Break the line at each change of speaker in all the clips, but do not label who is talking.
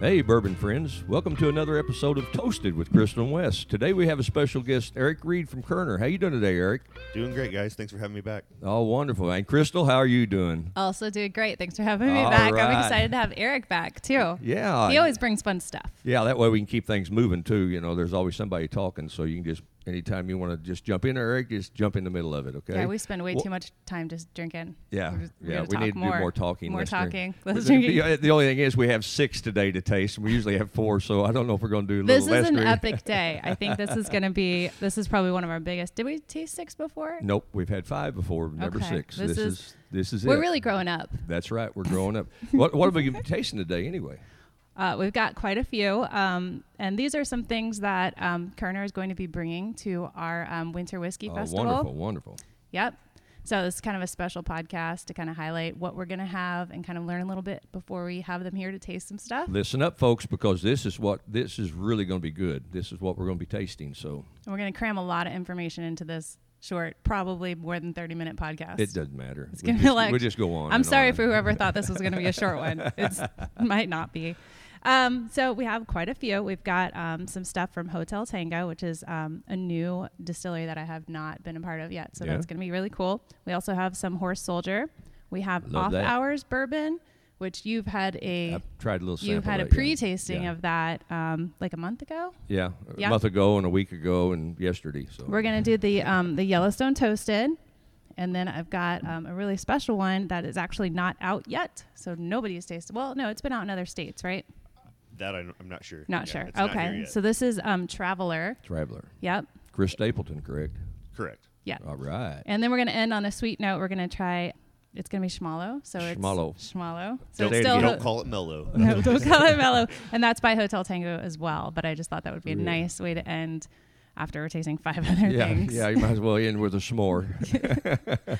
Hey, bourbon friends. Welcome to another episode of Toasted with Crystal and West. Today we have a special guest, Eric Reed from Kerner. How you doing today, Eric?
Doing great, guys. Thanks for having me back.
Oh, wonderful. And Crystal, how are you doing?
Also doing great. Thanks for having me
All
back.
right.
I'm excited to have Eric back too.
Yeah.
He always brings fun stuff.
Yeah, that way we can keep things moving too. You know, there's always somebody talking, so you can just anytime you want to just jump in, Eric, just jump in the middle of it. Okay.
Yeah, we spend way
Well,
too much time just drinking.
Yeah,
We're just- we're
yeah,
gonna
we
talk
need to do more talking.
More
less drink.
talking.
But
Let's
the- uh,
drink.
the- The only thing is, we have six today to taste, and we usually have four, so I don't know if we're going to do a
This
little
is
less
an
drink.
epic day. I think this is going to be. This is probably one of our biggest. Did we taste six before?
Nope, we've had five before, never
Okay,
six.
this
This,
is-
is this is
We're
it.
really growing up.
That's right. We're growing up. what what are we tasting today anyway?
Uh, we've got quite a few, um, and these are some things that um, Kerner is going to be bringing to our um, Winter Whiskey
Oh,
Festival.
wonderful, wonderful.
Yep. So this is kind of a special podcast to kind of highlight what we're going to have and kind of learn a little bit before we have them here to taste some stuff. And
Listen up, folks, because this is what this is really going to be good. This is what we're going to be tasting. So
we're going to cram a lot of information into this short, probably more than 30 minute podcast.
it doesn't matter.
It's
we
going to
just,
be like,
we just go on.
I'm
and
sorry
on.
for whoever thought this was going to be a short one. It might not be. Um, so we have quite a few. We've got um, some stuff from Hotel Tango, which is um, a new distillery that I have not been a part of yet. So
Yeah.
that's going to be really cool. We also have some Horse Soldier. We have
Love
Off
that.
Hours Bourbon, which you've had a
I've tried a little.
you've
sample
had a
of that, yeah.
pre-tasting
Yeah.
of that um, like a month ago.
Oh,
Yeah, a
Yeah.
month ago and a week ago and yesterday. So
We're gonna do the um, the Yellowstone toasted, and then I've got um, a really special one that is actually not out yet, so nobody's tasted. Well, no, it's been out in other states, right?
That I, am not sure.
Not
Yeah,
sure.
it's not here
Okay,
yet.
so this is um, Traveler.
traveler
Yep.
Chris Stapleton, correct?
correct.
Yeah.
All right.
And then we're gonna end on a sweet note. We're gonna try. It's gonna be Schmalo. So it's
Schmalo.
Schmalo. So
Don't,
it's
Say it
still
again.
don't
ho-
call it mellow.
no, don't call it mellow. And that's by Hotel Tango as well. But I just thought that would be a nice way to end after we're tasting five other
yeah,
things.
yeah. You might as well end with a s'more.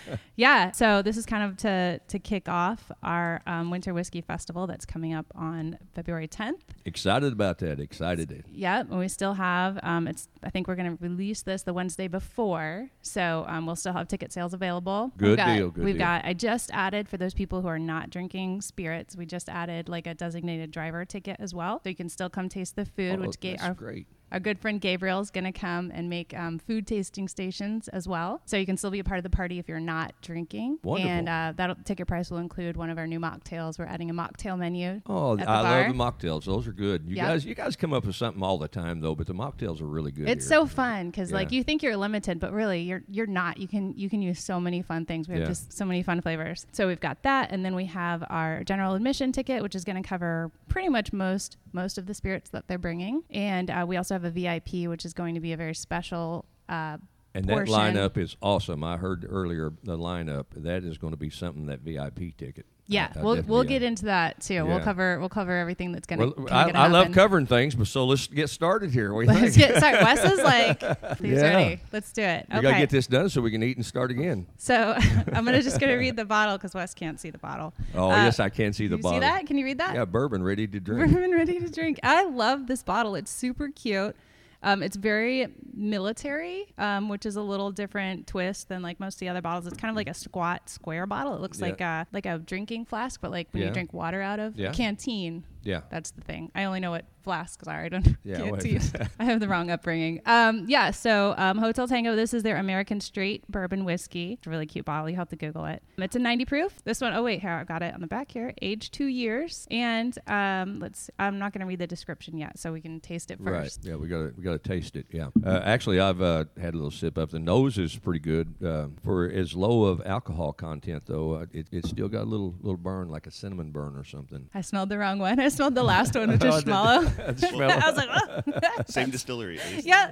Yeah, so this is kind of to to kick off our um, Winter Whiskey Festival that's coming up on February 10th.
Excited about that. Excited.
Yep, and we still have um, it's. I think we're going to release this the Wednesday before, so um, we'll still have ticket sales available.
Good
We've got-
deal, good
We've
deal.
got. I just added for those people who are not drinking spirits. We just added like a designated driver ticket as well, so you can still come taste the food,
Oh,
which ga-
that's
our
great.
our good friend Gabriel is going to come and make um, food tasting stations as well. So you can still be a part of the party if you're not drinking.
Wonderful.
And uh, that ticket price will include one of our new mocktails. We're adding a mocktail menu.
Oh,
at the
I
bar.
love the mocktails. Those are good. You
Yep.
guys, you guys come up with something all the time though, but the mocktails are really good.
It's
here.
so fun because like
Yeah.
you think you're limited, but really you're you're not. You can you can use so many fun things. We have
Yeah.
just so many fun flavors. So we've got that, and then we have our general admission ticket, which is going to cover pretty much most most of the spirits that they're bringing, and uh, we also have a VIP, which is going to be a very special. Uh,
And that
portion.
lineup is awesome. I heard earlier the lineup. That is going to be something that VIP ticket.
Yeah,
I- I
we'll we'll
definitely-
get into that too. We'll
Yeah.
cover we'll cover everything that's gonna.
Well,
kinda
I,
gonna
I love
happen.
covering things, but so let's get started here. What do you
Let's
think?
get started. Wes is like, he's
Yeah.
ready. Let's do it.
We gotta
okay.
get this done so we can eat and start again.
so I'm gonna just gonna read the bottle because Wes can't see the bottle.
Oh
Uh,
yes, I can see the
you
bottle.
See that? Can you read that?
Yeah, bourbon ready to drink.
Bourbon ready to drink. I love this bottle. It's super cute. Um, it's very military, um, which is a little different twist than like most of the other bottles. It's kind of like a squat square bottle. It looks
Yeah.
like a like a drinking flask, but like when
Yeah.
you drink water out of
Yeah.
canteen.
Yeah.
That's the thing. I only know what flasks are. I don't
Yeah,
can't
what-
teach. I have the wrong upbringing. Um, yeah. So um, Hotel Tango. This is their American Straight Bourbon Whiskey. It's a really cute bottle. You have to Google it. Um, It's a 90 proof. This one. Oh wait, here I've got it on the back here. Age two years. And um, let's. I'm not going to read the description yet, so we can taste it first.
Right. Yeah, we gotta we gotta taste it. Yeah. Uh, actually, I've uh, had a little sip up. The nose is pretty good uh, for as low of alcohol content though. Uh, it, it's still got a little little burn, like a cinnamon burn or something.
I smelled the wrong one. I smelled the last one, which
Oh,
is Schmallow. I was like, oh.
Same distillery. at least.
yeah.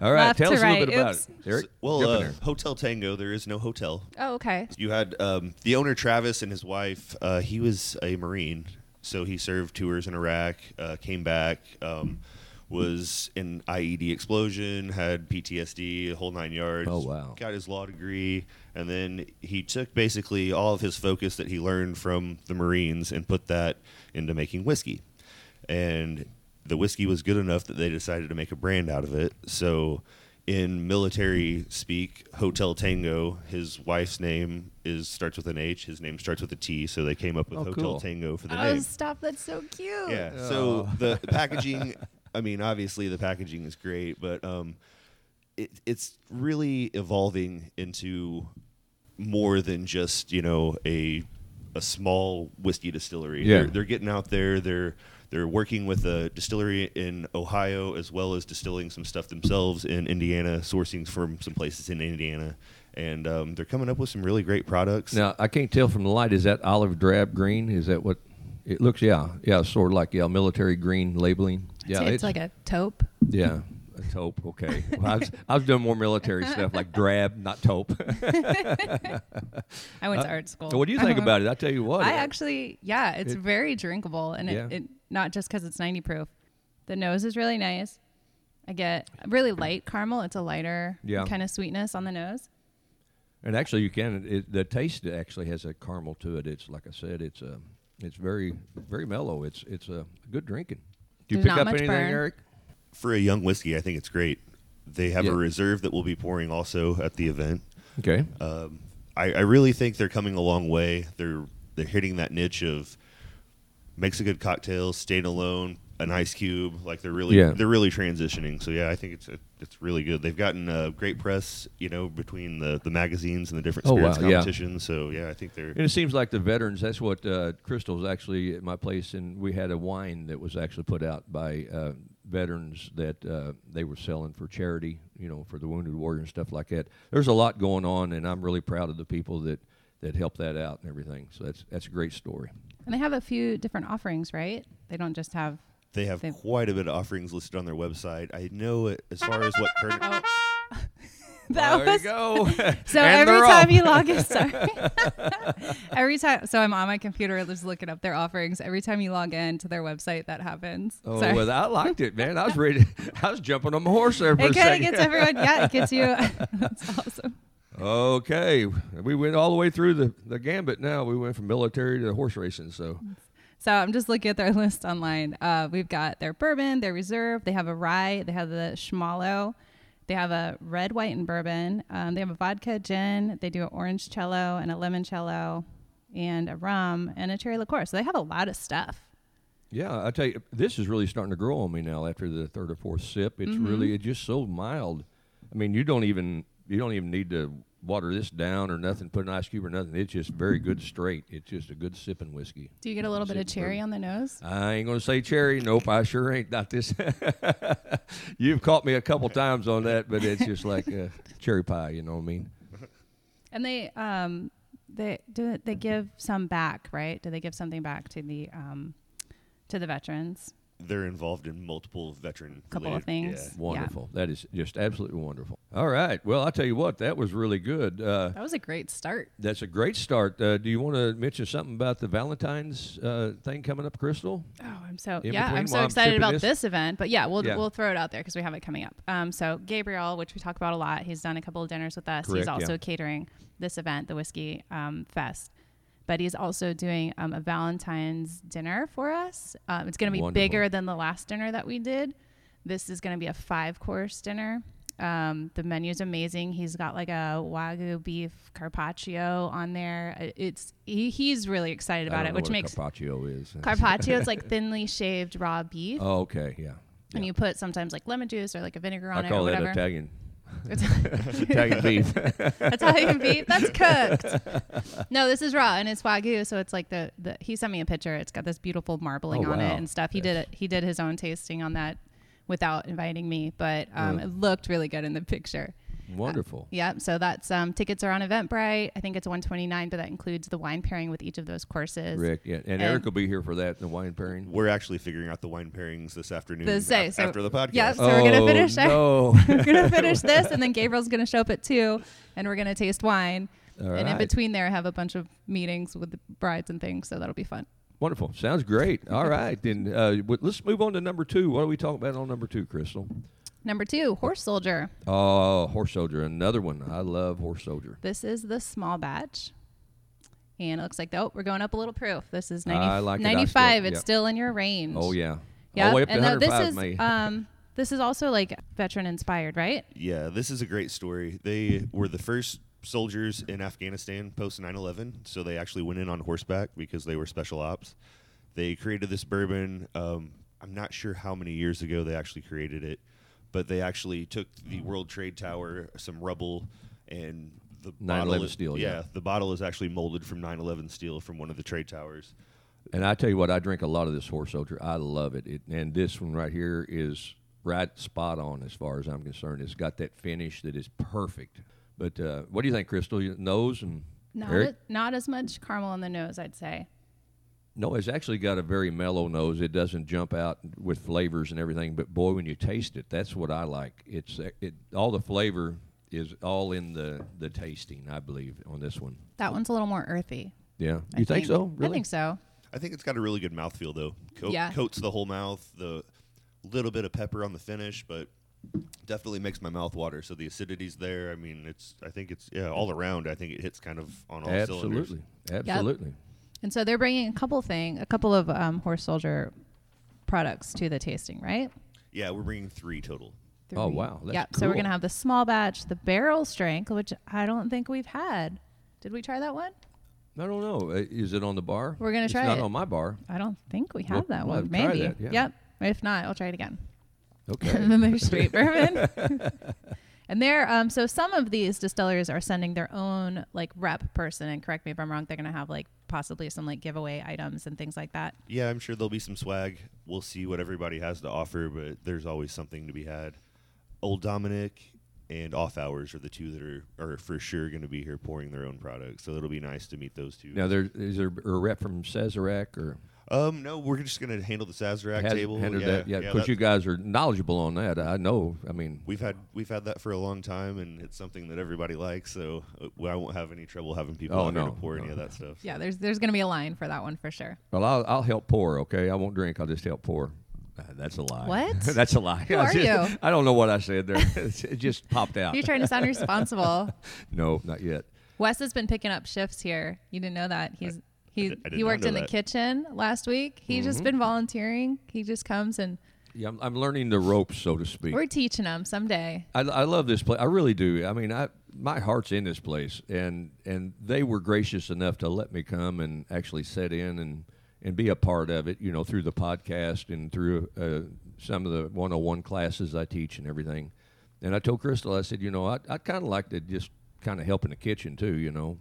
All right,
Left
tell
to
us a little
right.
bit about
Oops.
it, Eric.
Well,
jump in
uh,
there.
Hotel Tango. There is no hotel.
Oh, okay.
You had um, the owner Travis and his wife. Uh, he was a Marine, so he served tours in Iraq. Uh, came back. Um, was in IED explosion, had PTSD, the whole nine yards.
Oh, wow.
Got his law degree, and then he took basically all of his focus that he learned from the Marines and put that into making whiskey. And the whiskey was good enough that they decided to make a brand out of it. So in military speak, Hotel Tango. His wife's name is starts with an H. His name starts with a T. So they came up with
Oh,
Hotel
cool.
Tango for the
Oh,
name.
stop! That's so cute.
Yeah.
Oh.
So the the packaging, I mean, obviously the packaging is great, but um, it, it's really evolving into more than just you know a a small whiskey distillery.
Yeah.
They're, they're getting out there. They're they're working with a distillery in Ohio as well as distilling some stuff themselves in Indiana, sourcing from some places in Indiana, and um, they're coming up with some really great products.
Now I can't tell from the light. Is that olive drab green? Is that what it looks? Yeah, yeah, sort of like yeah, military green labeling. Yeah,
it's, like a taupe.
yeah, a taupe. Okay, well, I, was, I was doing more military stuff like drab, not taupe.
I went to art school.
Uh, what do you think about it? I tell you what,
Uh-huh. I
it-
actually, yeah, it's
It-
very drinkable, and
Yeah.
it, it not just because it's ninety proof. The nose is really nice. I get really light caramel. It's a lighter
Yeah.
kind of sweetness on the nose.
And actually, you can. It, the taste actually has a caramel to it. It's like I said. It's a. It's very very mellow. It's it's a good drinking. Do you
There's
pick
not
up
much
anything,
burn.
Eric?
for a young whiskey, I think it's great. They have
Yeah.
a reserve that we'll be pouring also at the event.
Okay.
Um, I, I really think they're coming a long way. They're they're hitting that niche of makes a good cocktail, staying alone, an ice cube. Like they're really
Yeah.
they're really transitioning. So yeah, I think it's it's really good. They've gotten uh, great press, you know, between the, the magazines and the different
Oh, wow,
spirits
yeah.
competitions. So yeah, I think they're
And it seems like the veterans. That's what uh, Crystal's actually at my place, and we had a wine that was actually put out by uh, veterans that uh, they were selling for charity. You know, for the wounded warrior and stuff like that. There's a lot going on, and I'm really proud of the people that that helped that out and everything. So that's that's a great story.
And they have a few different offerings, right? They don't just have.
they have
They've-
quite a bit of offerings listed on their website. I know it, as far as what current
Oh.
there you go.
So
And
every
they're
time
off.
you log in, sorry. every time, so I'm on my computer, just looking up their offerings. Every time you log in to their website, that happens.
Oh,
sorry.
well, I liked it, man. I was ready. I was jumping on my horse there for a
it kind
second.
of gets everyone. Yeah, it gets you. That's awesome.
okay, we went all the way through the, the gambit. Now we went from military to horse racing. So
So I'm just looking at their list online. Uh, we've got their bourbon, their reserve. They have a rye. They have the schmalo. They have a red, white, and bourbon. Um, they have a vodka gin. They do an orange cello and a lemon cello, and a rum and a cherry liqueur. So they have a lot of stuff.
yeah, I tell you, this is really starting to grow on me now. After the third or fourth sip, it's really it's just so mild. I mean, you don't even you don't even need to water this down or nothing. Put an ice cube or nothing. It's just very good straight. It's just a good sipping whiskey.
Do you get a little bit of
Sipping
cherry on the nose?
I ain't gonna say cherry. Nope, I sure ain't. Not this. You've caught me a couple times on that, but it's just like uh cherry pie. You know what I mean?
And they um they do it- they give some back, right? Do they give something back to the um to the veterans?
they're involved in multiple veteran
Couple of
related-
things.
Wonderful. That is just absolutely wonderful. All right. Well, I tell you what, that was really good. Uh,
That was a great start.
that's a great start. Uh, do you want to mention something about the Valentine's uh, thing coming up, Crystal?
Oh, I'm so
In
yeah,
between
I'm so
while I'm
excited
sipping
about
this-
this. event. But yeah, we'll
Yeah.
we'll throw it out there because we have it coming up. Um, so Gabriel, which we talk about a lot, he's done a couple of dinners with us.
Correct,
he's
yeah.
also catering this event, the whiskey um, fest. But he's also doing um, a Valentine's dinner for us. Um, it's going to be
Wonderful.
bigger than the last dinner that we did. This is going to be a five course dinner. Um, the menu is amazing. He's got like a wagyu beef carpaccio on there. Uh, It's he, he's really excited
I
about
don't
it,
know
which
what a
makes
carpaccio is.
Carpaccio is like thinly shaved raw beef,
oh, okay. Yeah.
and
Yeah.
you put sometimes like lemon juice or like a vinegar on
I
it
call
or
that
whatever.
Italian
It's-
Italian beef.
Italian beef that's cooked. No, this is raw and it's wagyu, so it's like the, the he sent me a picture. It's got this beautiful marbling
Oh,
on
wow.
it and stuff. He did it. He did his own tasting on that without inviting me, but um,
Mm.
it looked really good in the picture.
Wonderful.
Yep. So that's um, tickets are on Eventbrite. I think it's 129, but that includes the wine pairing with each of those courses.
Rick. Yeah. And,
And-
Eric will be here for that. The wine pairing.
We're actually figuring out the wine pairings this afternoon
This day,
af-
so-
after the podcast.
Yeah, So we're gonna
Oh,
finish our-
No.
we're gonna finish this, and then Gabriel's gonna show up at two, and we're gonna taste wine.
All
and in
right.
between there, have a bunch of meetings with the brides and things, so that'll be fun.
Wonderful. Sounds great. All right. Then uh, w- let's move on to number two. What are we talking about on number two, Crystal?
Number two, horse soldier.
Oh, Horse Soldier. Another one. I love Horse Soldier.
This is the small batch, and it looks like oh, we're going up a little proof. This is 90,
I like it. I
95.
still-
it's
yep.
still in your range.
Oh, yeah. All
Yep.
the way up to
and though
105,
this is
may-
um, This is also like veteran inspired, right?
Yeah, this is a great story. They were the first soldiers in Afghanistan post 9 11, so they actually went in on horseback because they were special ops. They created this bourbon. Um, I'm not sure how many years ago they actually created it, but they actually took the World Trade Tower, some rubble, and the
9/11
bottle is-
steel, yeah.
the bottle is actually molded from 9 11 steel from one of the trade towers.
And I tell you what, I drink a lot of this horse soldier. I love it. it. And this one right here is right spot on as far as I'm concerned. It's got that finish that is perfect. But uh, what do you think, Crystal? Your nose and
Not
Eric?
a- not as much caramel on the nose, I'd say.
No, it's actually got a very mellow nose. It doesn't jump out with flavors and everything, but boy, when you taste it, that's what I like. It's uh, it all the flavor is all in the the tasting, I believe, on this one.
That one's a little more earthy.
Yeah,
I
you think, so? Really?
I think so.
I think it's got a really good mouthfeel though. Co-
Yeah.
Coats the whole mouth, the little bit of pepper on the finish, but definitely makes my mouth water. So the acidity's there. I mean, it's I think it's yeah, all around. I think it hits kind of on all cylinders.
Absolutely, absolutely.
And so they're bringing a couple thing, a couple of um, horse soldier products to the tasting, right?
Yeah, we're bringing 3 total.
Oh, wow, that's
yeah. So we're
cool.
gonna have the small batch, the barrel strength, which I don't think we've had. Did we try that one?
I don't know. Uh, Is it on the bar?
We're gonna
it's
try
Not
it.
on my bar.
I don't think we
We'll-
have that
we'll
one.
have to try
Maybe.
that, yeah.
Yep. If not, I'll try it again.
Okay.
then there's straight bourbon. and there, um, so some of these distilleries are sending their own like rep person. And correct me if I'm wrong. They're gonna have like possibly some like giveaway items and things like that.
Yeah, I'm sure there'll be some swag. We'll see what everybody has to offer, but there's always something to be had. Old Dominic and Off Hours are the two that are, are for sure going to be here pouring their own products. So it'll be nice to meet those two.
now, there is there a rep from Sazerac or
Um, no, we're just going to handle the Sazerac
has-
table.
handled that? Yeah, because
that-
you guys are knowledgeable on that. I know. I mean,
We've had we've had that for a long time, and it's something that everybody likes. So uh, well, I won't have any trouble having people
Oh,
out here
no,
to pour any
no.
of that stuff.
Yeah. There's there's gonna be a line for that one for sure.
Well, I'll, I'll help pour. Okay, I won't drink. I'll just help pour. Uh, That's a lie.
What?
That's a lie.
Who
I
are
just-
you?
I don't know what I said there. it just popped out.
You're trying to sound responsible.
No, not yet.
Wes has been picking up shifts here. You didn't know that. He's he
did- I did
he
not
worked
know
in the
that. Mm-hmm.
kitchen last week. He's just been volunteering. He just comes and
Yeah, I'm, I'm learning the ropes, so to speak.
we're teaching him someday.
I, I love this place. I really do. I mean, I my heart's in this place, and and they were gracious enough to let me come and actually set in and and be a part of it. You know, through the podcast and through uh, some of the 101 classes I teach and everything. And I told Crystal, I said, you know, I I kind of like to just kind of help in the kitchen too. You know,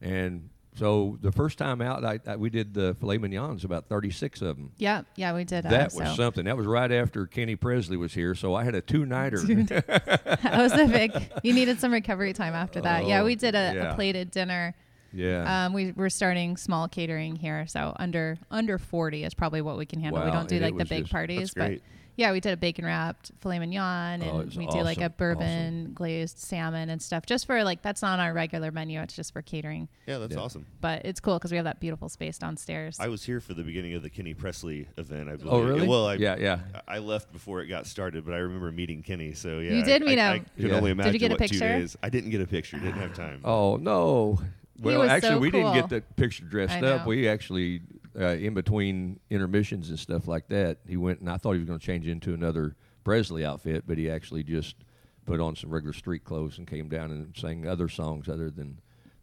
and so the first time out, I, I we did the filet mignons, about 36 of them.
Yeah, yeah, we did.
That
uh,
was
so.
something. That was right after Kenny Presley was here, so I had a two-nighter.
that was a big. You needed some recovery time after that. yeah,
Oh,
we did a,
yeah.
a plated dinner.
yeah.
Um, we we're starting small catering here, so under under forty is probably what we can handle. we
Wow,
don't do
and it
like the
was
big
just- that's
parties, but
great.
yeah, we did a bacon wrapped filet mignon, and
Oh, it's
we do like a
awesome,
bourbon glazed salmon and stuff. Just for like that's not on our regular menu; it's just for catering.
Yeah, that's
Yeah.
awesome.
But it's cool because we have that beautiful space downstairs.
I was here for the beginning of the Kenny Presley event. I believe.
Oh, really?
Well, I,
yeah, yeah.
I left before it got started, but I remember meeting Kenny. So yeah,
You did
I,
meet
I, I
him.
could
Yeah.
only
Did
imagine
you get a
what two
picture?
days. I didn't get a picture. Didn't have time.
Oh no! Well,
was so
actually, we didn't
cool.
get the picture dressed
I
up.
know.
We actually, uh, in between intermissions and stuff like that, he went and I thought he was going to change into another Presley outfit, but he actually just put on some regular street clothes and came down and sang other songs other than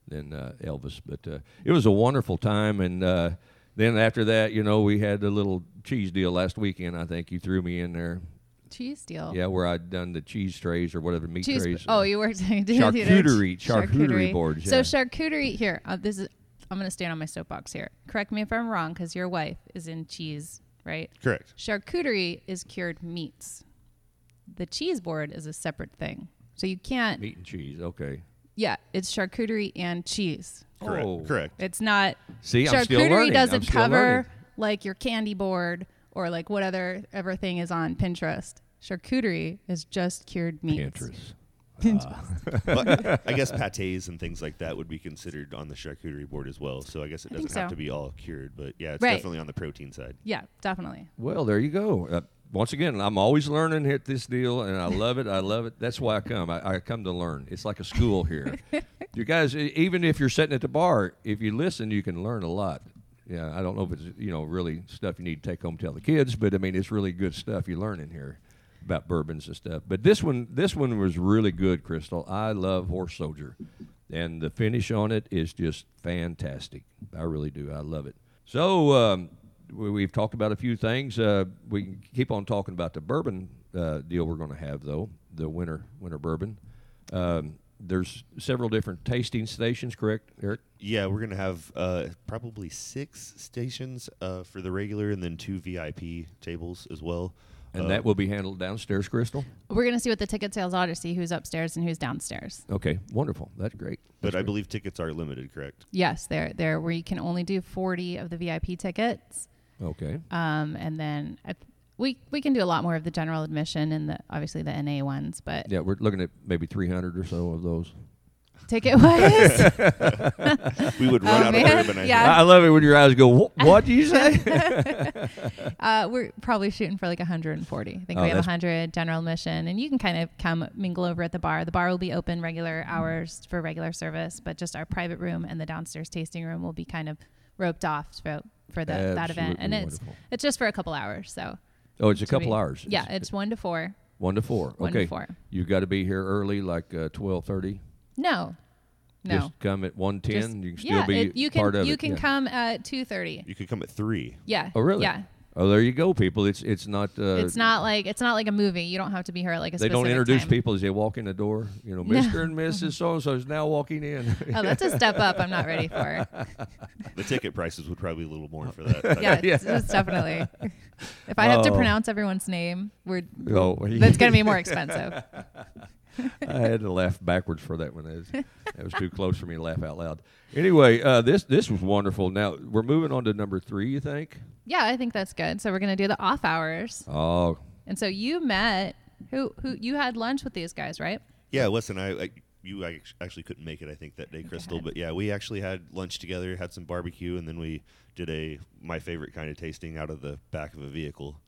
than uh, Elvis. But uh, it was a wonderful time, and uh, then after that, you know, we had the little cheese deal last weekend. I think you threw me in there.
Cheese deal.
Yeah, where I'd done the cheese trays or whatever meat
Oh. Cheese.
trays.
Oh, you worked. you did-
Charcuterie- charcuterie boards,
So
yeah.
charcuterie here. Uh, this is. I'm going to stand on my soapbox here. Correct me if I'm wrong, because your wife is in cheese, right?
Correct.
Charcuterie is cured meats. The cheese board is a separate thing. So you can't.
meat and cheese. Okay.
Yeah, it's charcuterie and cheese.
Correct.
Oh.
Correct.
It's not.
See, I'm still
charcuterie
learning. I'm
doesn't
still
cover
learning.
like your candy board or like what other ever thing is on Pinterest. Charcuterie is just cured meats.
Pinterest.
but I guess pates and things like that would be considered on the charcuterie board as well. So I guess it
I think
doesn't have
so.
to be all cured, but yeah, it's
Right.
definitely on the protein side.
Yeah, definitely.
Well, there you go. Uh, once again, I'm always learning at this deal, and I love it. I love it. That's why I come. I, I come to learn. It's like a school here. you guys, e- even if you're sitting at the bar, if you listen, you can learn a lot. Yeah, I don't know if it's you know really stuff you need to take home and tell the kids, but I mean it's really good stuff you learn in here. about bourbons and stuff. But this one, this one was really good, Crystal. I love Horse Soldier, and the finish on it is just fantastic. I really do. I love it. So um, we, we've talked about a few things. Uh, we can keep on talking about the bourbon uh, deal we're going to have, though the winter winter bourbon. Um, there's several different tasting stations, correct, Eric?
Yeah, we're gonna have uh, probably six stations uh, for the regular, and then two VIP tables as well.
And
Uh,
that will be handled downstairs, Crystal.
We're gonna see what the ticket sales are to see who's upstairs and who's downstairs.
Okay, wonderful. That's great.
but I believe tickets are limited, correct?
Yes, there there where you can only do forty of the VIP tickets,
Okay.
um, and then I, we we can do a lot more of the general admission and the obviously the NA ones, but
Yeah, we're looking at maybe 300 or so of those.
ticket wise.
We would
Oh,
run out
man.
of bourbon. I
Yeah.
think.
I I love it when your eyes go, "Wh- what do you say?
Uh, we're probably shooting for like 140. I think
Oh,
we have
that's-
100 general admission, and you can kind of come mingle over at the bar. The bar will be open
Mm.
regular hours for regular service, but just our private room and the downstairs tasting room will be kind of roped off for, for the, that event.
Absolutely
And it's
wonderful.
it's just for a couple hours, so
oh, it's a
to
couple
be-
hours.
Yeah, it's one to four.
one to four. Okay.
One to four.
You've got to be here early, like uh, 12:30.
No, no.
Just come at 1:10.
Just-
you can still
yeah,
be
it- you can
part of
you
it.
can
yeah.
come at 2:30.
You could come at three.
Yeah.
Oh, really?
Yeah.
Oh, there you go, people. It's it's not. Uh,
It's not like it's not like a movie. You don't have to be here at like a
They
specific
don't introduce
time.
people as they walk in the door. You know,
No.
Mr. and Mrs. So and so is now walking in.
Oh, that's a step up. I'm not ready for.
The ticket prices would probably be a little more for that.
yeah, it's, it's definitely. If I have to
Oh.
pronounce everyone's name, we're
oh,
that's going to be more expensive.
I had to laugh backwards for that one. That was, that was too close for me to laugh out loud. Anyway, uh, this this was wonderful. Now we're moving on to number three. You think?
Yeah, I think that's good. So we're going to do the off hours.
Oh,
And so you met who who you had lunch with these guys, right?
Yeah, Wes and I, I you I act- actually couldn't make it, I think, that day, Crystal.
ahead.
But yeah, we actually had lunch together, had some barbecue, and then we did a my favorite kind of tasting out of the back of a vehicle.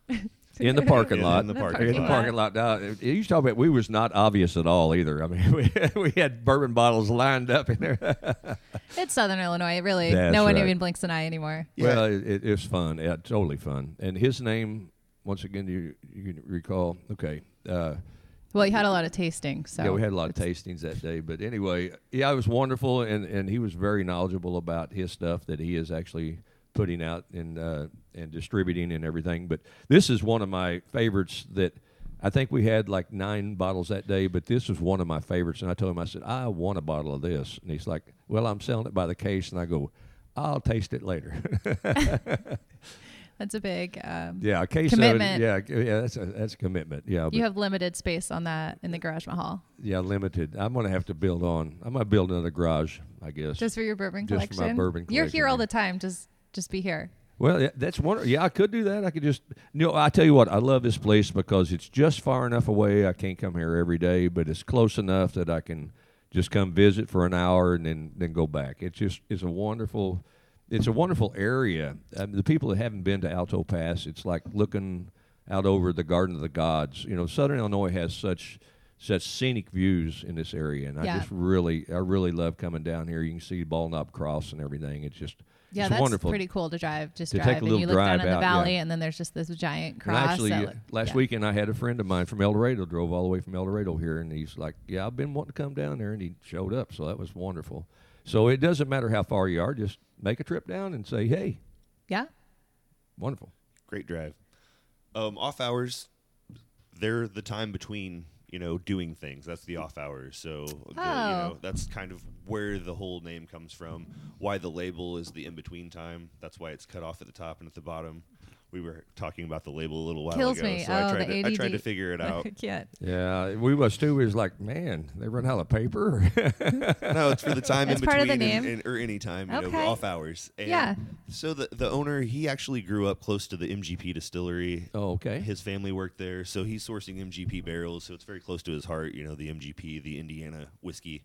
in the parking
In
lot.
the
parking
In the
lot.
parking lot. Now, it- you talk about we was not obvious at all either. I mean, we, we had bourbon bottles lined up in there.
It's Southern Illinois. It really,
That's
no one
right.
even blinks an eye anymore.
Yeah.
Well, it, it, it was fun. Yeah, totally fun. And his name, once again, you you can recall? Okay. Uh,
Well, you had a lot of tasting, so
yeah, we had a lot of tastings that day. But anyway, yeah, it was wonderful, and, and he was very knowledgeable about his stuff that he is actually putting out and uh, and distributing and everything. But this is one of my favorites that I think we had like nine bottles that day, but this was one of my favorites. And I told him, I said, I want a bottle of this, and he's like, Well, I'm selling it by the case, and I go. I'll taste it later.
that's a big. Um,
yeah, a case
Commitment.
Of it, yeah, yeah, that's a that's a commitment. Yeah, but-
You have limited space on that in the garage mahal,
yeah, limited. I'm gonna have to build on. I'm gonna build another garage, I guess.
just for your bourbon
Just for my
collection.
bourbon
You're here
collection,
all
yeah.
the time. Just just be here.
Well, yeah, that's one. Yeah, I could do that. I could just. You know, I tell you what, I love this place because it's just far enough away. I can't come here every day, but it's close enough that I can just come visit for an hour and then then go back. It's just it's a wonderful, it's a wonderful area. Um, the people that haven't been to Alto Pass, it's like looking out over the Garden of the Gods. You know, Southern Illinois has such such scenic views in this area, and I
Yeah.
just really I really love coming down here. You can see Ball Knob Cross and everything. It's just
Yeah,
it's
that's
wonderful.
pretty cool to drive. Just
To take
drive,
a
and
little
you look
drive
down in the
out,
valley,
yeah.
and then there's just this giant
And
cross.
actually,
that
uh,
look-
last
yeah.
weekend I had a friend of mine from El Dorado drove all the way from El Dorado here, and he's like, "Yeah, I've been wanting to come down there," and he showed up, so that was wonderful. So it doesn't matter how far you are; just make a trip down and say, "Hey,
Yeah,
wonderful."
Great drive. Um, off hours, they're the time between you know doing things. That's the off hours. So the, you
Oh.
know, that's kind of where the whole name comes from. Why the label is the in between time. That's why it's cut off at the top and at the bottom. We were talking about the label a little while
Kills
ago,
me.
so
Oh,
I tried
the
to I tried
ADD.
to figure it out.
I can't.
Yeah, we was too. We was like, "Man, they run out of paper."
No, it's for the time
It's
in
part of
between
the
and-
name.
and- or any time, you
Okay.
know, off hours. And
Yeah.
So the the owner, he actually grew up close to the MGP distillery.
oh, okay.
His family worked there, so he's sourcing MGP barrels, so it's very close to his heart, you know, the MGP, the Indiana whiskey.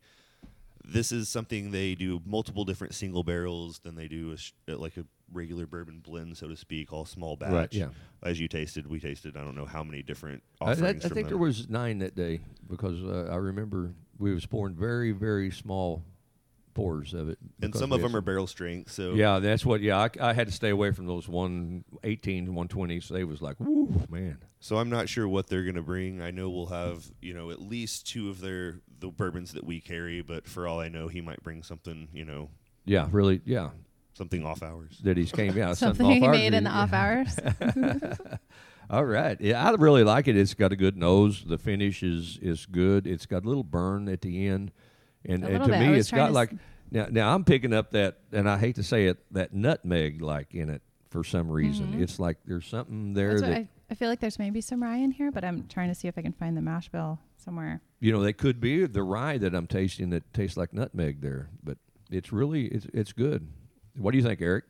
This is something they do multiple different single barrels than they do a sh- uh, like a regular bourbon blend, so to speak, all small batch.
yeah.
As you tasted, we tasted, I don't know how many different
I, I- I
offerings
think
from
there
them.
was nine that day because uh, I remember we was pouring very, very small pours of it.
And
because
some of
we had
them are barrel strength. So
Yeah, that's what. Yeah, I, I had to stay away from those 118, 120s. They was like, woo, man.
So I'm not sure what they're going to bring. I know we'll have, you know, at least two of their the bourbons that we carry, but for all I know, he might bring something, you know,
Yeah, really. Yeah,
something off hours.
that he's came. Yeah,
Something
off
he
our
made in the
duty.
off hours.
All right. Yeah, I really like it. It's got a good nose. The finish is is good. It's got a little burn at the end, and,
A
and
little
to
bit. I
me,
was
it's
trying
got
to s-
like now. Now I'm picking up that, and I hate to say it, that nutmeg like in it for some reason. It's like there's something there
Mm-hmm. That's what
that
I, I feel like there's maybe some rye in here, but I'm trying to see if I can find the mash bill somewhere.
you know they could be the rye that I'm tasting that tastes like nutmeg there, but it's really it's it's good. What do you think, Eric?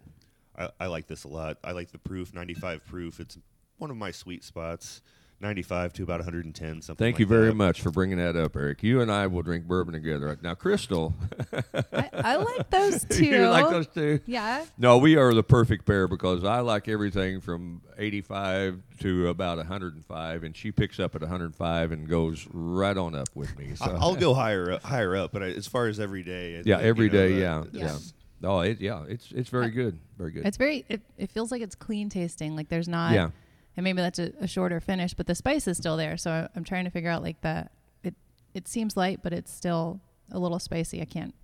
I, I like this a lot. I like the proof, 95 proof. It's one of my sweet spots, 95 to about 110 something.
Thank
like
you very
that.
much for bringing that up, Eric. You and I will drink bourbon together now. Crystal,
I, I like those two.
you like those two?
Yeah.
No, we are the perfect pair because I like everything from 85 to about 105, and she picks up at 105 and goes right on up with me.
I-
So
I'll go higher up, higher up, but I, as far as every day, I
yeah,
think, you
every
know,
day, yeah,
that-
yeah.
that's-
Oh, it, yeah, it's it's very good, very good.
It's very, it, it feels like it's clean tasting. Like there's not,
Yeah.
and maybe that's a, a shorter finish, but the spice is still there. So I- I'm trying to figure out like that. It, it seems light, but it's still a little spicy. I can't,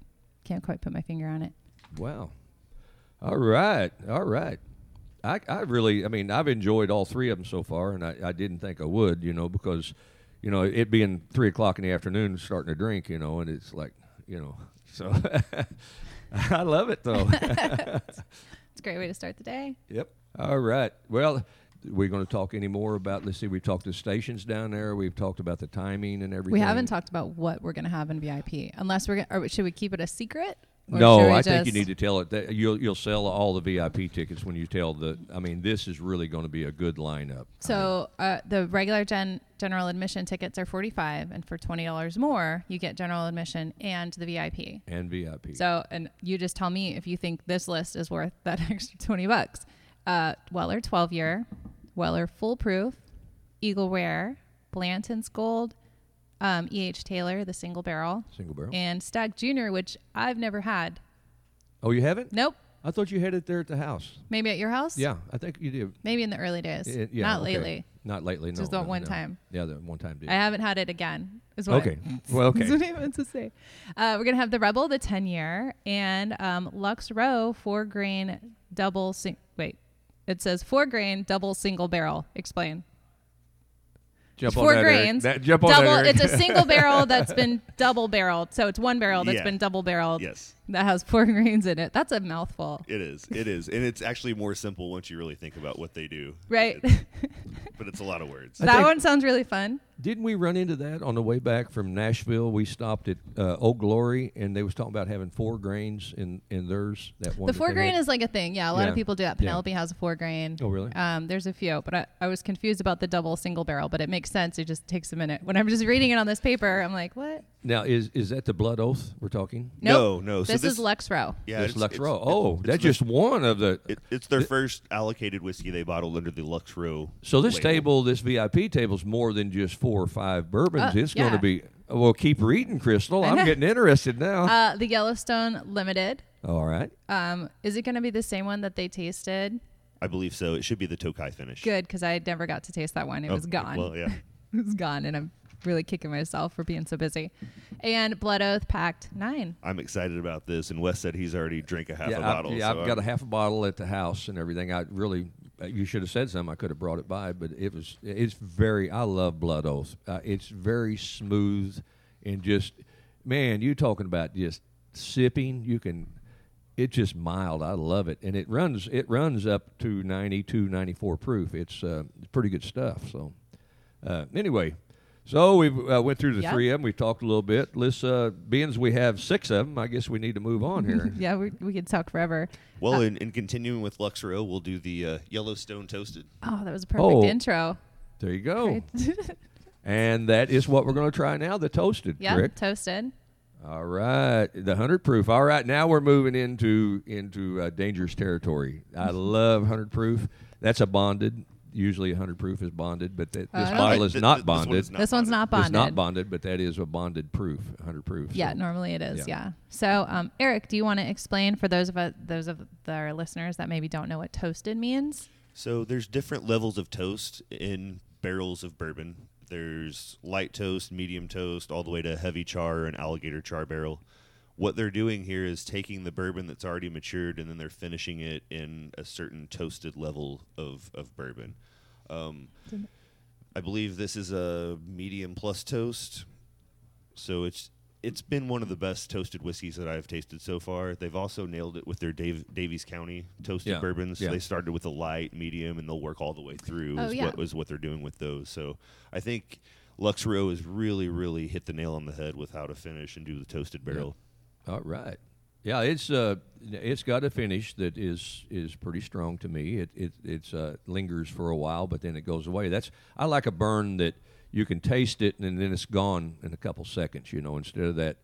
can't quite put my finger on it.
Wow. All right, all right. I, I really, I mean, I've enjoyed all three of them so far, and I, I didn't think I would, you know, because, you know, it being three o'clock in the afternoon, starting to drink, you know, and it's like, you know, so I love it though.
It's a great way to start the day.
Yep. All right. Well, we're going to talk any more about. Let's see. We've talked the stations down there. We've talked about the timing and everything.
We haven't talked about what we're going to have in VIP, unless we're going to, should we keep it a secret? Or should
No,
we
I think you
just-
need to tell it. That you'll you'll sell all the VIP tickets when you tell the. I mean, this is really going to be a good lineup.
So uh, the regular gen general admission tickets are forty five, and for twenty dollars more, you get general admission and the VIP.
and VIP.
So, and you just tell me if you think this list is worth that extra twenty bucks. Uh, Weller twelve year, Weller foolproof, Eagle Rare, Blanton's Gold, um, E H Taylor the single barrel,
Single barrel.
and Stag Junior, which I've never had.
oh, you haven't?
Nope,
I thought you had it there at the house.
maybe at your house.
Yeah, I think you did.
maybe in the early days,
It- yeah,
not
okay.
lately.
Not lately. No.
Just that
no,
one
no.
time.
Yeah, that one time. Did.
I haven't had it again. Is what Mm.
okay. Well,
That's
okay.
what I meant to say. Uh, we're gonna have the Rebel, the ten year, and um, Lux Row four grain double. Sing- wait, it says four grain double single barrel. Explain.
Jump on
four
that, Eric.
grains.
That- jump on
double.
that, Eric.
it's a single barrel that's been double barreled. So it's one barrel that's
Yeah.
been double barreled.
Yes.
That has four grains in it. That's a mouthful,
It is. It is. And it's actually more simple once you really think about what they do.
right?
It's- but it's a lot of words.
that
think-
one sounds really fun.
Didn't we run into that on the way back from Nashville? We stopped at uh, Old Glory, and they was talking about having four grains in, in theirs. That one.
The four grain is like a thing. Yeah, a lot
Yeah.
of people do that.
Yeah.
Penelope has a four grain.
Oh, really?
Um, there's a few, but I, I was confused about the double single barrel, but it makes sense. It just takes a minute. When I'm just reading it on this paper, I'm like, what?
now is is that the blood oath we're talking?
No,
Nope.
no. So
This,
this-
is Lex Row.
Yeah,
This
it's-
Lux
it's-
Row. Oh,
it's
that's
the-
just one of the.
It, it's their first allocated whiskey they bottled under the Lux Row.
so this
label.
table, this VIP table's more than just four or five bourbons.
Uh,
it's going
yeah.
to be. Well, keep reading, Crystal. I'm getting interested now.
Uh, the Yellowstone Limited.
All right.
Um, is it going to be the same one that they tasted?
I believe so. It should be the Tokai finish.
Good, because I never got to taste that one. It
Oh,
was gone.
Well, yeah.
it was gone, and I'm really kicking myself for being so busy. And Blood Oath Pact 9.
I'm excited about this. And Wes said he's already drank a half
yeah,
a
I've-
bottle.
yeah,
so
I've
I'm-
got a half a bottle at the house and everything. I really, uh, you should have said something. I could have brought it by, but it was. It's very. I love Blood Oath. Uh, it's very smooth and just, man. You talking about just sipping? You can. It's just mild. I love it, and it runs. It runs up to 92, 94 proof. It's uh, pretty good stuff. So, uh, anyway. So we uh, went through the
Yeah.
three of them. We talked a little bit. Let's, uh, being as we have six of them, I guess we need to move on here.
Yeah, we, we could talk forever.
Uh,
Well, in, in continuing with Lux Row, we'll do the uh, Yellowstone Toasted.
Oh, that was a perfect
Oh.
intro.
There you go. and that is what we're going to try now the toasted,
Yeah,
correct?
toasted.
All right. The 100 proof. All right. Now we're moving into into uh, dangerous territory. I love 100 proof. That's a bonded. usually 100 proof is bonded, but that, this
Uh,
bottle
Right,
is
th-
not
this one
bonded.
is
this one's not bonded.
It's not bonded, but that is a bonded proof, 100 proof.
Yeah,
so-
normally it is. Yeah.
Yeah.
So, um, Eric, do you want to explain for those of us, those of the- our listeners that maybe don't know what toasted means?
So there's different levels of toast in barrels of bourbon. There's light toast, medium toast, all the way to heavy char and alligator char barrel. What they're doing here is taking the bourbon that's already matured and then they're finishing it in a certain toasted level of, of bourbon. Um, I believe this is a medium plus toast. So it's it's been one of the best toasted whiskeys that I've tasted so far. They've also nailed it with their Dave, Davies County toasted
Yeah,
bourbons.
yeah.
They started with a light, medium, and they'll work all the way through.
Oh,
is
yeah.
what is what they're doing with those. So I think Lux Row has really, really hit the nail on the head with how to finish and do the toasted barrel.
All right. Yeah, it's uh, it's got a finish that is is pretty strong to me. It it it's uh, lingers for a while, but then it goes away. That's I like a burn that you can taste it and then it's gone in a couple seconds. You know, instead of that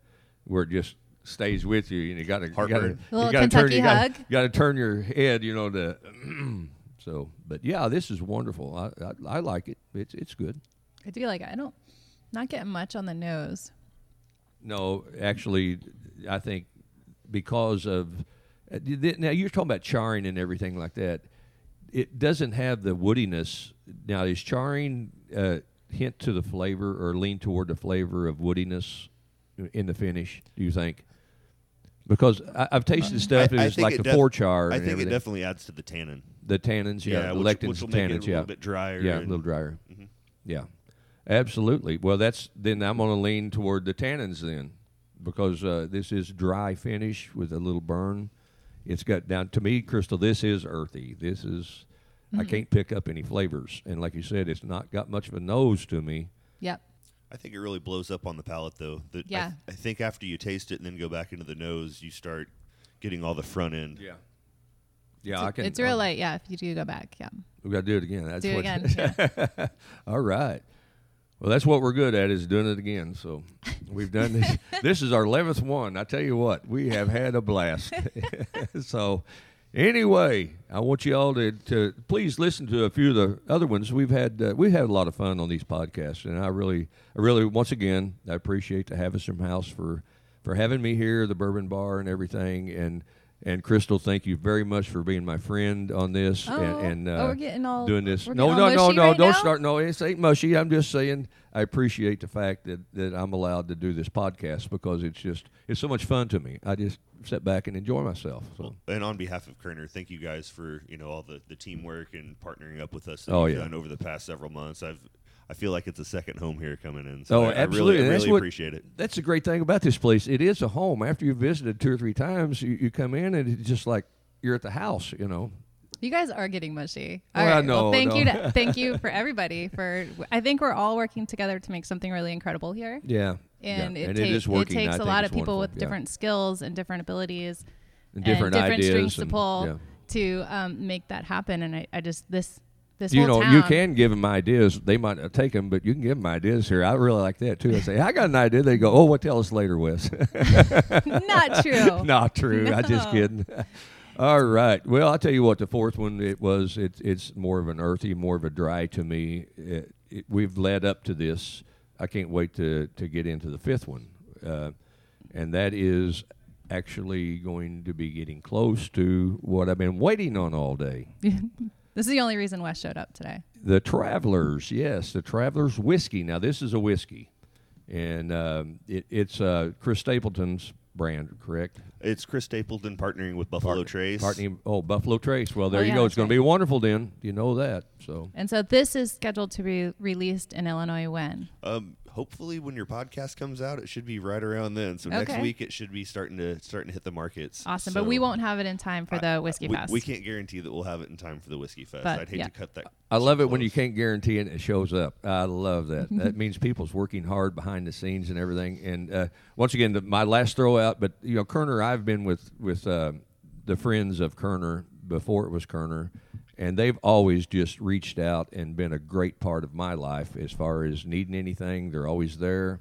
where it just stays with you and you got to you got
Heartburn.
to
A little
you got to turn
Kentucky
you gotta-
hug.
you got to turn your head. You know to so. But yeah, this is wonderful. I I, I like it. It's it's good.
I do like. I don't not getting much on the nose.
No, actually, I think because of uh, th- now you're talking about charring and everything like that. It doesn't have the woodiness. Now, is charring uh, hint to the flavor or lean toward the flavor of woodiness in the finish? Do you think? Because I, I've tasted stuff
Uh, I- I
that's
think
like
it
the
def-
four char.
I
and
think it
everything.
definitely adds to the tannin.
the tannins, yeah, the
which,
lectins,
which will
tannins,
make it a little
yeah,
bit drier.
yeah, a
and-
little drier. Yeah, absolutely. Well, that's then I'm going to lean toward the tannins then, because uh, this is dry finish with a little burn. It's got now to me, Crystal. This is earthy. This is
Mm-hmm.
I can't pick up any flavors, and like you said, it's not got much of a nose to me.
Yep.
I think it really blows up on the palate, though. The, I,
Yeah.
th- I think after you taste it and then go back into the nose, you start getting all the front end.
Yeah, yeah,
it's,
I can.
It's real
uh,
light. Yeah. If you do go back. Yeah.
We got to do it again. That's
do it
what,
again. yeah.
All right. Well, that's what we're good at is doing it again. So we've done this. this is our 11th one. I tell you what, we have had a blast. so anyway, I want you all to, to please listen to a few of the other ones. We've had uh, we've had a lot of fun on these podcasts, and I really, I really, once again, I appreciate the Havisham House for for having me here, the Bourbon Bar, and everything. And and Crystal, thank you very much for being my friend on this.
Oh,
and, and
oh, we're getting all-
doing this.
we're
No,
getting
no,
all
no,
mushy
no!
right
don't
now?
start. No, it's ain't mushy. I'm just saying I appreciate the fact that, that I'm allowed to do this podcast because it's just it's so much fun to me. I just sit back and enjoy myself. So
And on behalf of Kerner, thank you guys for you know all the, the teamwork and partnering up with us. That
Oh,
you've
yeah.
done over the past several months, I've I feel like it's a second home here coming in.
Oh,
So I- I,
absolutely.
really, I
That's
really
what-
appreciate it.
that's the great thing about this place. It is a home. After you've visited two or three times, you, you come in and it's just like you're at the house. You know.
You guys are getting mushy.
Well,
All right.
Oh, no,
well, thank
no.
you. To, thank you for everybody. For I think we're all working together to make something really incredible here.
Yeah.
And,
yeah.
it,
and
take-
it is working. I
takes a
think
lot of
it's wonderful.
people with
Yeah.
different skills and different abilities.
and different,
and different
ideas
strings to
and-
pull
yeah.
to um, make that happen. And I, I just this this
you
whole
know,
town.
you can give them ideas. They might not take them, but you can give them ideas here. I really like that too. I say, I got an idea. They go, Oh, well, tell us later, Wes.
not true.
Not true. I just
Oh. No.
kidding. All right. Well, I'll tell you what. The fourth one, it was. It's it's more of an earthy, more of a dry to me. It, it, we've led up to this. I can't wait to to get into the fifth one, uh, and that is actually going to be getting close to what I've been waiting on all day.
This is the only reason Wes showed up today.
The Travelers, yes, the Travelers whiskey. Now this is a whiskey, and um, it, it's uh, Chris Stapleton's brand, correct?
It's Chris Stapleton partnering with Buffalo
Partner-
Trace.
partner- oh, Buffalo Trace. Well, there
Oh,
you
yeah,
go.
that's
It's going
right.
to be wonderful then. You know that. So
And so this is scheduled to be released in Illinois when?
Um, hopefully, when your podcast comes out, it should be right around then. So
Okay.
next week, it should be starting to starting to hit the markets.
Awesome.
So
but we won't have it in time for the Whiskey
we,
Fest.
we can't guarantee that we'll have it in time for the whiskey fest.
But,
I'd hate
yeah.
to cut that.
I love
so
it when you
close.
can't guarantee it and it shows up. I love that.
Mm-hmm.
that means people's working hard behind the scenes and everything. And uh, once again, the, my last throw out, but you know, Kerner, I've been with with uh, the friends of Kerner before it was Kerner, and they've always just reached out and been a great part of my life as far as needing anything. They're always there,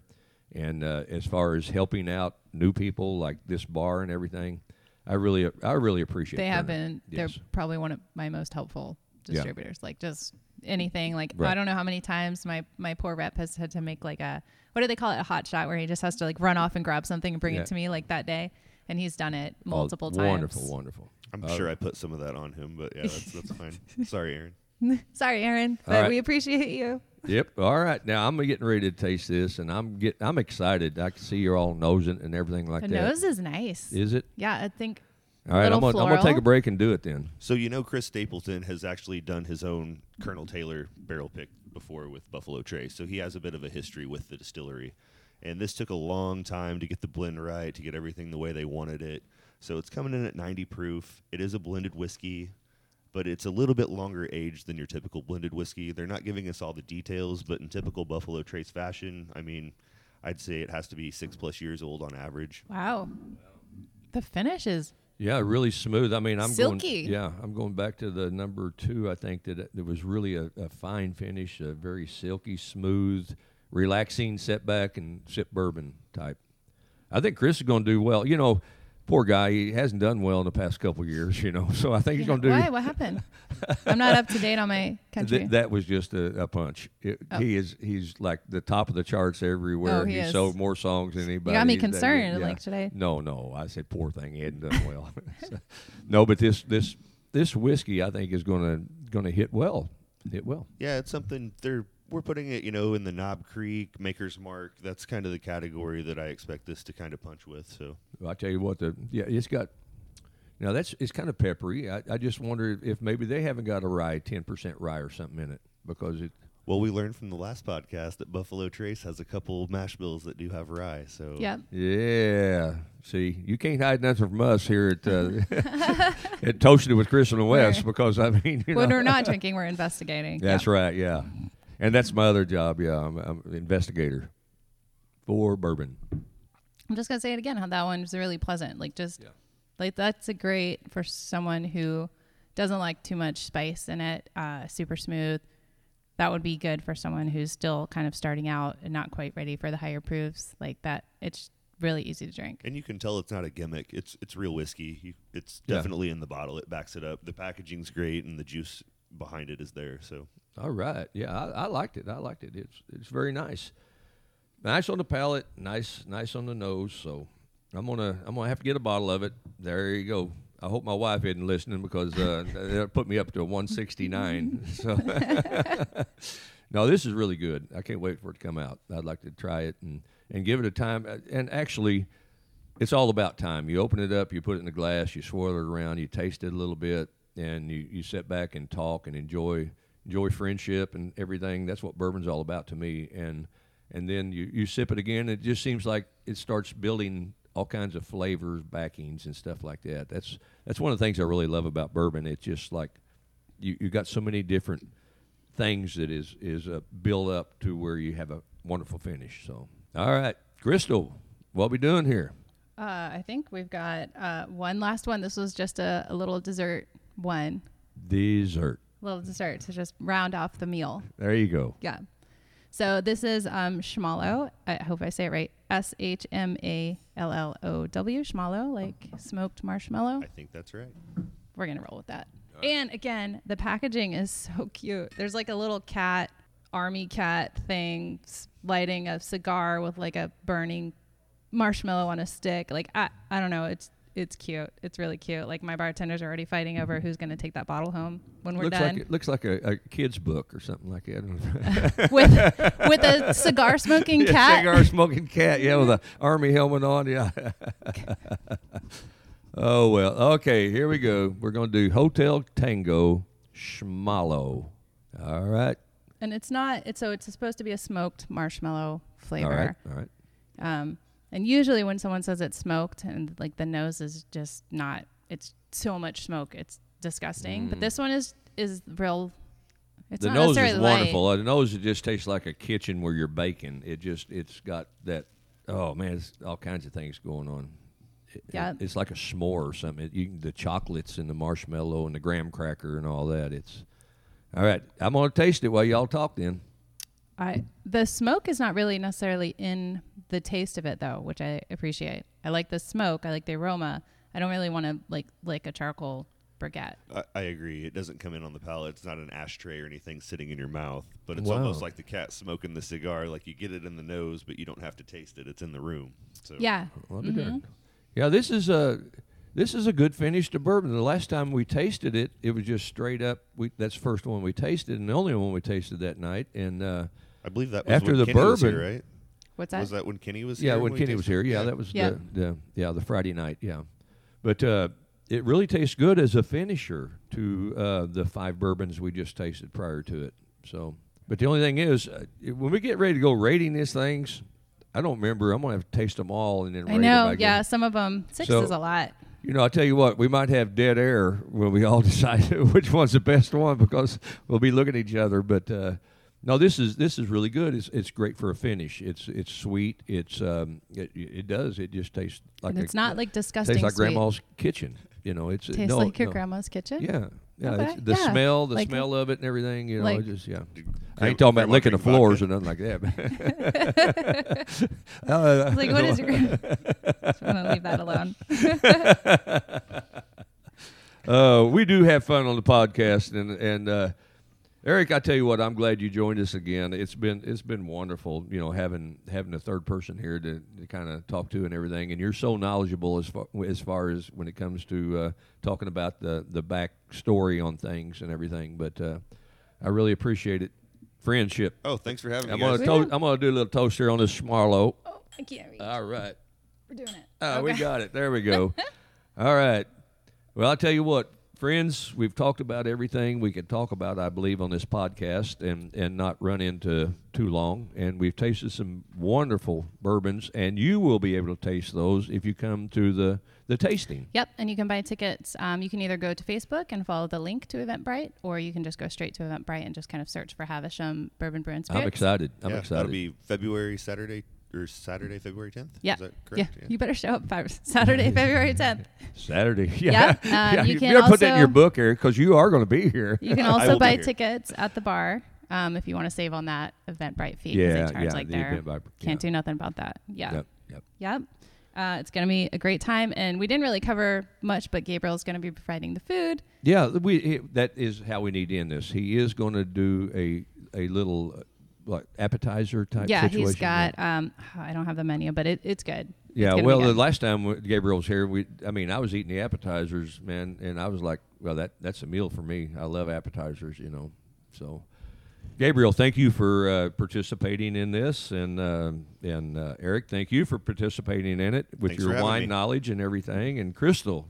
and uh, as far as helping out new people like this bar and everything, I really I really appreciate.
they
Kerner.
have been.
Yes.
They're probably one of my most helpful
Yeah.
distributors. Like just anything. Like
Right.
I don't know how many times my my poor rep has had to make like a what do they call it a hot shot where he just has to like run off and grab something and bring
Yeah.
it to me like that day, and he's done it
Oh,
multiple times.
Wonderful, wonderful.
I'm
Uh,
sure I put some of that on him, but yeah, that's, that's fine. Sorry, Aaron.
Sorry, Aaron,
All
but
right.
we appreciate you.
Yep. All right. Now I'm getting ready to taste this, and I'm get I'm excited. I can see you're all nosing and everything like
The
that.
nose is nice.
Is it?
yeah, I think
All right. I'm
Little
gonna, I'm gonna take a
floral.
break and do it then.
So you know, Chris Stapleton has actually done his own Colonel Taylor barrel pick before with Buffalo Trace, so he has a bit of a history with the distillery. And this took a long time to get the blend right, to get everything the way they wanted it. So it's coming in at 90 proof. It is a blended whiskey, but it's a little bit longer aged than your typical blended whiskey. They're not giving us all the details, but in typical Buffalo Trace fashion, I mean, I'd say it has to be six plus years old on average.
wow, the finish is
Yeah, really smooth. I mean, I'm
Silky.
Going, yeah, I'm going back to the number two. I think that it- there was really a, a fine finish, a very silky, smooth, relaxing set back and sip bourbon type. I think Chris is going to do well. You know, poor guy, he hasn't done well in the past couple years. You know, so I think he's
Yeah,
going to do.
Why? What happened? I'm not up to date on my country.
Th- that was just a, a punch. It-
Oh.
He is he's like the top of the charts everywhere.
Oh, he is.
sold more songs than anybody.
me
That-
concerned, like, should I-
No, no. I said poor thing. He hadn't done well. So- no, but this this this whiskey I think is gonna gonna hit well. Hit well.
Yeah, it's something they're we're putting it, you know, in the Knob Creek, Maker's Mark. That's kind of the category that I expect this to kind of punch with. So
I tell you what, the yeah, it's got. Now that's it's kind of peppery. I, I just wonder if maybe they haven't got a rye, ten percent rye or something in it because it.
well, we learned from the last podcast that Buffalo Trace has a couple mash bills that do have rye. So
yep.
Yeah. See, you can't hide nothing from us here at uh, at Toasted with Chris and West
We're-
because I mean, you
When
know,
we're not drinking, we're investigating.
that's
Yep.
right. Yeah, and that's my other job. Yeah, I'm, I'm an investigator for bourbon.
I'm just gonna say it again. How that one's really pleasant. Like just like that's a great for someone who doesn't like too much spice in it. Uh, super smooth. That would be good for someone who's still kind of starting out and not quite ready for the higher proofs. Like that, it's really easy to drink.
and you can tell it's not a gimmick. It's it's real whiskey. You, it's
Yeah.
definitely in the bottle. It backs it up. The packaging's great, and the juice behind it is there. So
All right. Yeah, I, I liked it. I liked it. It's it's very nice. Nice on the palate. Nice nice on the nose. So I'm gonna I'm gonna have to get a bottle of it. There you go. I hope my wife isn't listening because uh, they'll put me up to 169. so no, this is really good. I can't wait for it to come out. I'd like to try it and and give it a time. And actually, it's all about time. You open it up, you put it in a glass, you swirl it around, you taste it a little bit, and you, you sit back and talk and enjoy enjoy friendship and everything. That's what bourbon's all about to me. And and then you, you sip it again. It just seems like it starts building all kinds of flavors, backings, and stuff like that. That's that's one of the things I really love about bourbon. It's just like you you got so many different things that is is a build up to where you have a wonderful finish. So all right, Crystal, what we doing here?
Uh, I think we've got uh, one last one. This was just a, a little dessert one,
Dessert.
little dessert to just round off the meal.
There you go.
Yeah. So this is um, Schmalo. I hope I say it right. S H M A L L O W. Schmalo, like smoked marshmallow.
I think that's right.
We're going to roll with that. And again, the packaging is so cute. There's like a little cat, army cat thing s- lighting a cigar with like a burning marshmallow on a stick. Like, I, I don't know. It's. It's cute. It's really cute. Like my bartenders are already fighting over who's going to take that bottle home when we're
looks
done.
like it looks like a, a kid's book or something like that.
with with a cigar smoking cat.
cigar smoking cat. Yeah, with an army helmet on. Yeah. oh well. Okay, here we go. We're gonna do Hotel Tango Schmalo. All right.
and it's not it's so it's supposed to be a smoked marshmallow flavor
All right. All right.
um and usually when someone says it's smoked and like the nose is just not it's so much smoke it's disgusting but this one is is real it's
Mm. the
not
nose is
necessarily light.
wonderful. Uh, The nose it just tastes like a kitchen where you're baking. It just it's got that. Oh man, it's all kinds of things going on. It-
Yeah.
it's like a s'more or something. It, you, can- the chocolates and the marshmallow and the graham cracker and all that. It's all right. I'm gonna taste it while y'all talk. Then
I the smoke is not really necessarily in the taste of it though, which I appreciate. I like the smoke. I like the aroma. I don't really want to like lick a charcoal baguette.
I, I agree. It doesn't come in on the palate. It's not an ashtray or anything sitting in your mouth, but it's
Wow.
almost like the cat smoking the cigar. Like you get it in the nose, but you don't have to taste it. It's in the room. So
Yeah.
Well, I'll be
Mm-hmm.
darned. Yeah, this is a this is a good finish to bourbon. The last time we tasted it, it was just straight up. We, that's the first one we tasted, and the only one we tasted that night. And uh,
I believe that was
After
when
the
Kenny was here,
bourbon-
right?
What's that?
Was that when Kenny was
yeah,
here?
when
we
Kenny was
tasted-
here, yeah, that was
Yeah.
The, the yeah the Friday night, yeah. But uh, it really tastes good as a finisher to uh, the five bourbons we just tasted prior to it. So, but the only thing is, uh, when we get ready to go rating these things, I don't remember. I'm gonna have to taste them all and then
I
rate 'em,
know.
guess.
Yeah, some of them. Six
So-
is a lot.
You know, I tell you what, we might have dead air when we all decide which one's the best one because we'll be looking at each other. But uh, no, this is this is really good. It's it's great for a finish. It's it's sweet. It's um it, it does. It just tastes like
and it's
a,
not like disgusting.
tastes like
sweet.
grandma's kitchen. You know, it's
Tastes
no,
like your
no.
grandma's kitchen.
Yeah, yeah.
Okay,
It's the
yeah.
smell, the
Like-
smell of it, and everything. You know,
like-
it just yeah.
Did
I ain't
Grandma-
talking about
Grandma
licking the
drink vodka?
floors or nothing like that. but-
It's like, what is your? grand- so I'm gonna leave that alone.
uh, we do have fun on the podcast, and and uh, Eric, I tell you what, I'm glad you joined us again. It's been it's been wonderful, you know, having having a third person here to, to kind of talk to and everything. And you're so knowledgeable as far as far as when it comes to uh, talking about the the back story on things and everything. But uh, I really appreciate it. Friendship.
Oh, thanks for having
I'm
me.
gonna
Guys.
to- I'm gonna do a little toast here on this Schmarlow.
Oh, I can't read.
All right.
We're doing it.
Oh, we got it. There we go. All right. Well, I'll tell you what, friends, we've talked about everything we could talk about, I believe, on this podcast and, and not run into too long. And we've tasted some wonderful bourbons, and you will be able to taste those if you come to the, the tasting.
Yep, and you can buy tickets. Um, you can either go to Facebook and follow the link to Eventbrite, or you can just go straight to Eventbrite and just kind of search for Havisham Bourbon Brew and Spirits.
I'm excited. I'm
yeah,
excited.
That'll be February Saturday or Saturday, February 10th.
Yeah.
Is that correct?
yeah, you better show up by Saturday, February 10th.
Saturday.
Yeah,
Yeah.
um, you
you
can
better put that in
also-
your book, Eric, because you are going to be here.
You can
I
also
will be
buy
here.
tickets at the bar um, if you want to save on that Eventbrite fee. 'cause
Yeah,
they charge
yeah,
like
the
there.
Eventbrite,
Can't
yeah.
do nothing about that. Yeah.
Yep, yep.
Yep. Uh, it's going to be a great time. And we didn't really cover much, but Gabriel's going to be providing the food.
Yeah, we it, that is how we need to end this. He is going to do a a little uh, like appetizer type.
yeah,
situation.
he's got, um, I don't have the menu, but it, it's good. It's
Yeah,
gonna be
well, the
good.
last time when Gabriel was here, we I mean, I was eating the appetizers, man, and I was like, well, that that's a meal for me. I love appetizers, you know. So, Gabriel, thank you for uh, participating in this, and uh, and uh, Eric, thank you for participating in it with
Thanks for
your
having
wine
me.
knowledge and everything, and Crystal,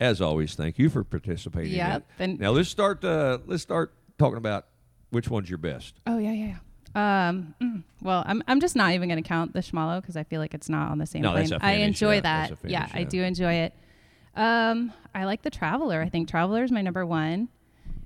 as always, thank you for participating. in
Yep,
it.
and-
now let's start uh, let's start talking about which one's your best.
Oh yeah, yeah, yeah. Um, mm, well, I'm I'm just not even going to count the schmalo because I feel like it's not on the same
No,
plane.
that's a
I
finish,
enjoy
yeah,
that.
that's a
yeah,
finish,
I
yeah.
do enjoy it. Um, I like the traveler. I think traveler is my number one.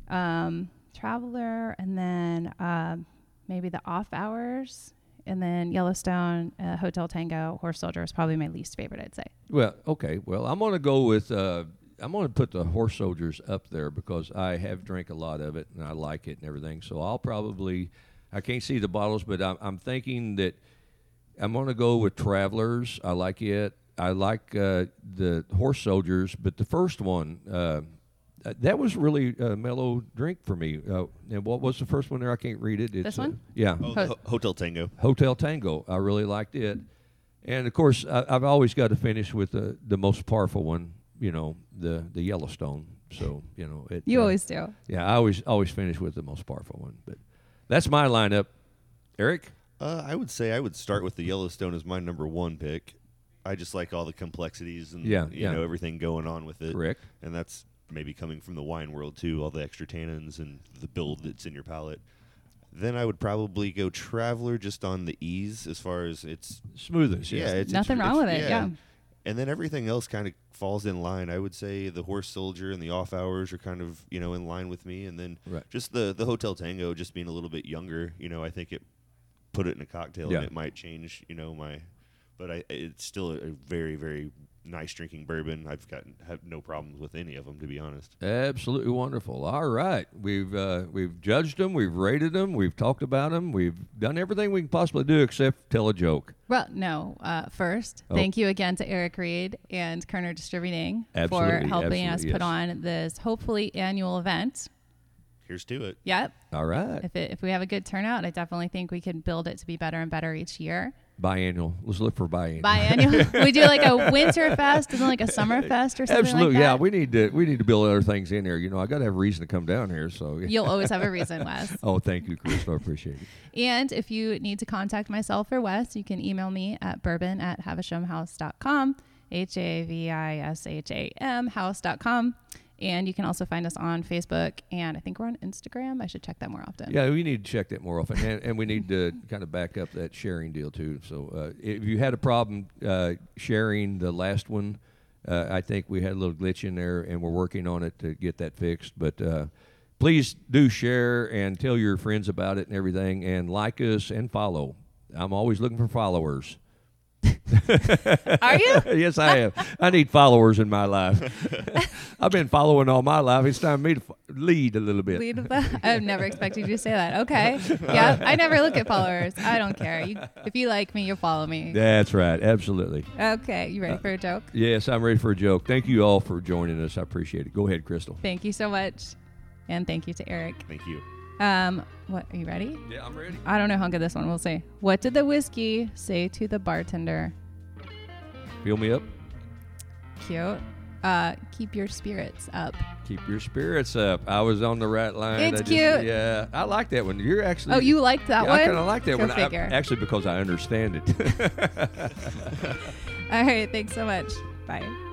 Um, traveler, and then um, maybe the off hours, and then Yellowstone, uh, Hotel Tango, Horse Soldier is probably my least favorite. I'd say.
Well, okay. Well, I'm going to go with. Uh, I'm going to put the horse soldiers up there because I have drank a lot of it and I like it and everything. So I'll probably. I can't see the bottles, but I'm, I'm thinking that I'm going to go with Travelers. I like it. I like uh, the Horse Soldiers, but the first one, uh, uh, that was really a mellow drink for me. Uh, and what was the first one there? I can't read it. It's, uh,
one?
yeah.
Oh, the ho- Hotel Tango.
Hotel Tango. I really liked it. And of course, I, I've always got to finish with the, the most powerful one, you know, the, the Yellowstone. So, you know, it,
You
uh,
always do.
Yeah, I always always finish with the most powerful one. But that's my lineup. Eric?
Uh, I would say I would start with the Yellowstone as my number one pick. I just like all the complexities and
Yeah,
you
yeah.
know everything going on with it.
Correct.
And that's maybe coming from the wine world too, all the extra tannins and the build that's in your palate. Then I would probably go Traveler just on the ease as far as it's
Smoothest.
yeah, it's
Nothing
it's-
wrong with it, yeah.
And then everything else kind of falls in line. I would say the horse soldier and the off hours are kind of you know in line with me, and then
Right.
just the the hotel tango just being a little bit younger. You know, I think it put it in a cocktail
Yeah.
and it might change. You know my, but I it's still a very very nice drinking bourbon. I've gotten have no problems with any of them to be honest.
Absolutely wonderful. All right, we've uh, we've judged them, we've rated them, we've talked about them, we've done everything we can possibly do except tell a joke.
Well, no. Uh, first,
Oh.
thank you again to Eric Reed and Kerner Distributing for
Absolutely,
helping
absolutely,
us
yes.
put on this hopefully annual event.
Here's to it.
Yep.
All right.
If, it, if we have a good turnout, I definitely think we can build it to be better and better each year.
Biannual. Let's look for biannual.
Biannual. we do like a winter fest and then like a summer fest or something
Absolutely,
like that.
yeah. We need to we need to build other things in here. You know, I got to have a reason to come down here. So, yeah.
You'll always have a reason, Wes.
oh, thank you, Crystal. I appreciate it.
And if you need to contact myself or Wes, you can email me at bourbon at havishamhouse.com, H A V I S H A M house.com. And you can also find us on Facebook. And I think we're on Instagram. I should check that more often.
Yeah, we need to check that more often, and, and we need to kind of back up that sharing deal too. So, uh, if you had a problem uh, sharing the last one, uh, I think we had a little glitch in there, and we're working on it to get that fixed. But uh, please do share and tell your friends about it and everything, and like us and follow. I'm always looking for followers.
Are you?
yes, I am. I need followers in my life. I've been following all my life. It's time for me to fo- lead a little bit.
Lead the, I've never expected you to say that. Okay. Yeah. I never look at followers. I don't care. You, if you like me, you'll follow me.
That's right. Absolutely.
Okay. You ready for a joke?
Yes, I'm ready for a joke. Thank you all for joining us. I appreciate it. Go ahead, Crystal.
Thank you so much. And thank you to Eric.
Thank you.
Um, what are you ready?
Yeah, I'm ready.
I don't know how good this one will say. What did the whiskey say to the bartender?
Fill me up.
Cute. Uh, keep your spirits up.
Keep your spirits up. I was on the right line.
It's
I just-
cute.
Yeah, I like that one. You're actually.
Oh, you liked that
Mm. Yeah,
one?
I kind of like that
Go
one. I-
Figure.
actually, because I understand it.
All right. Thanks so much. Bye.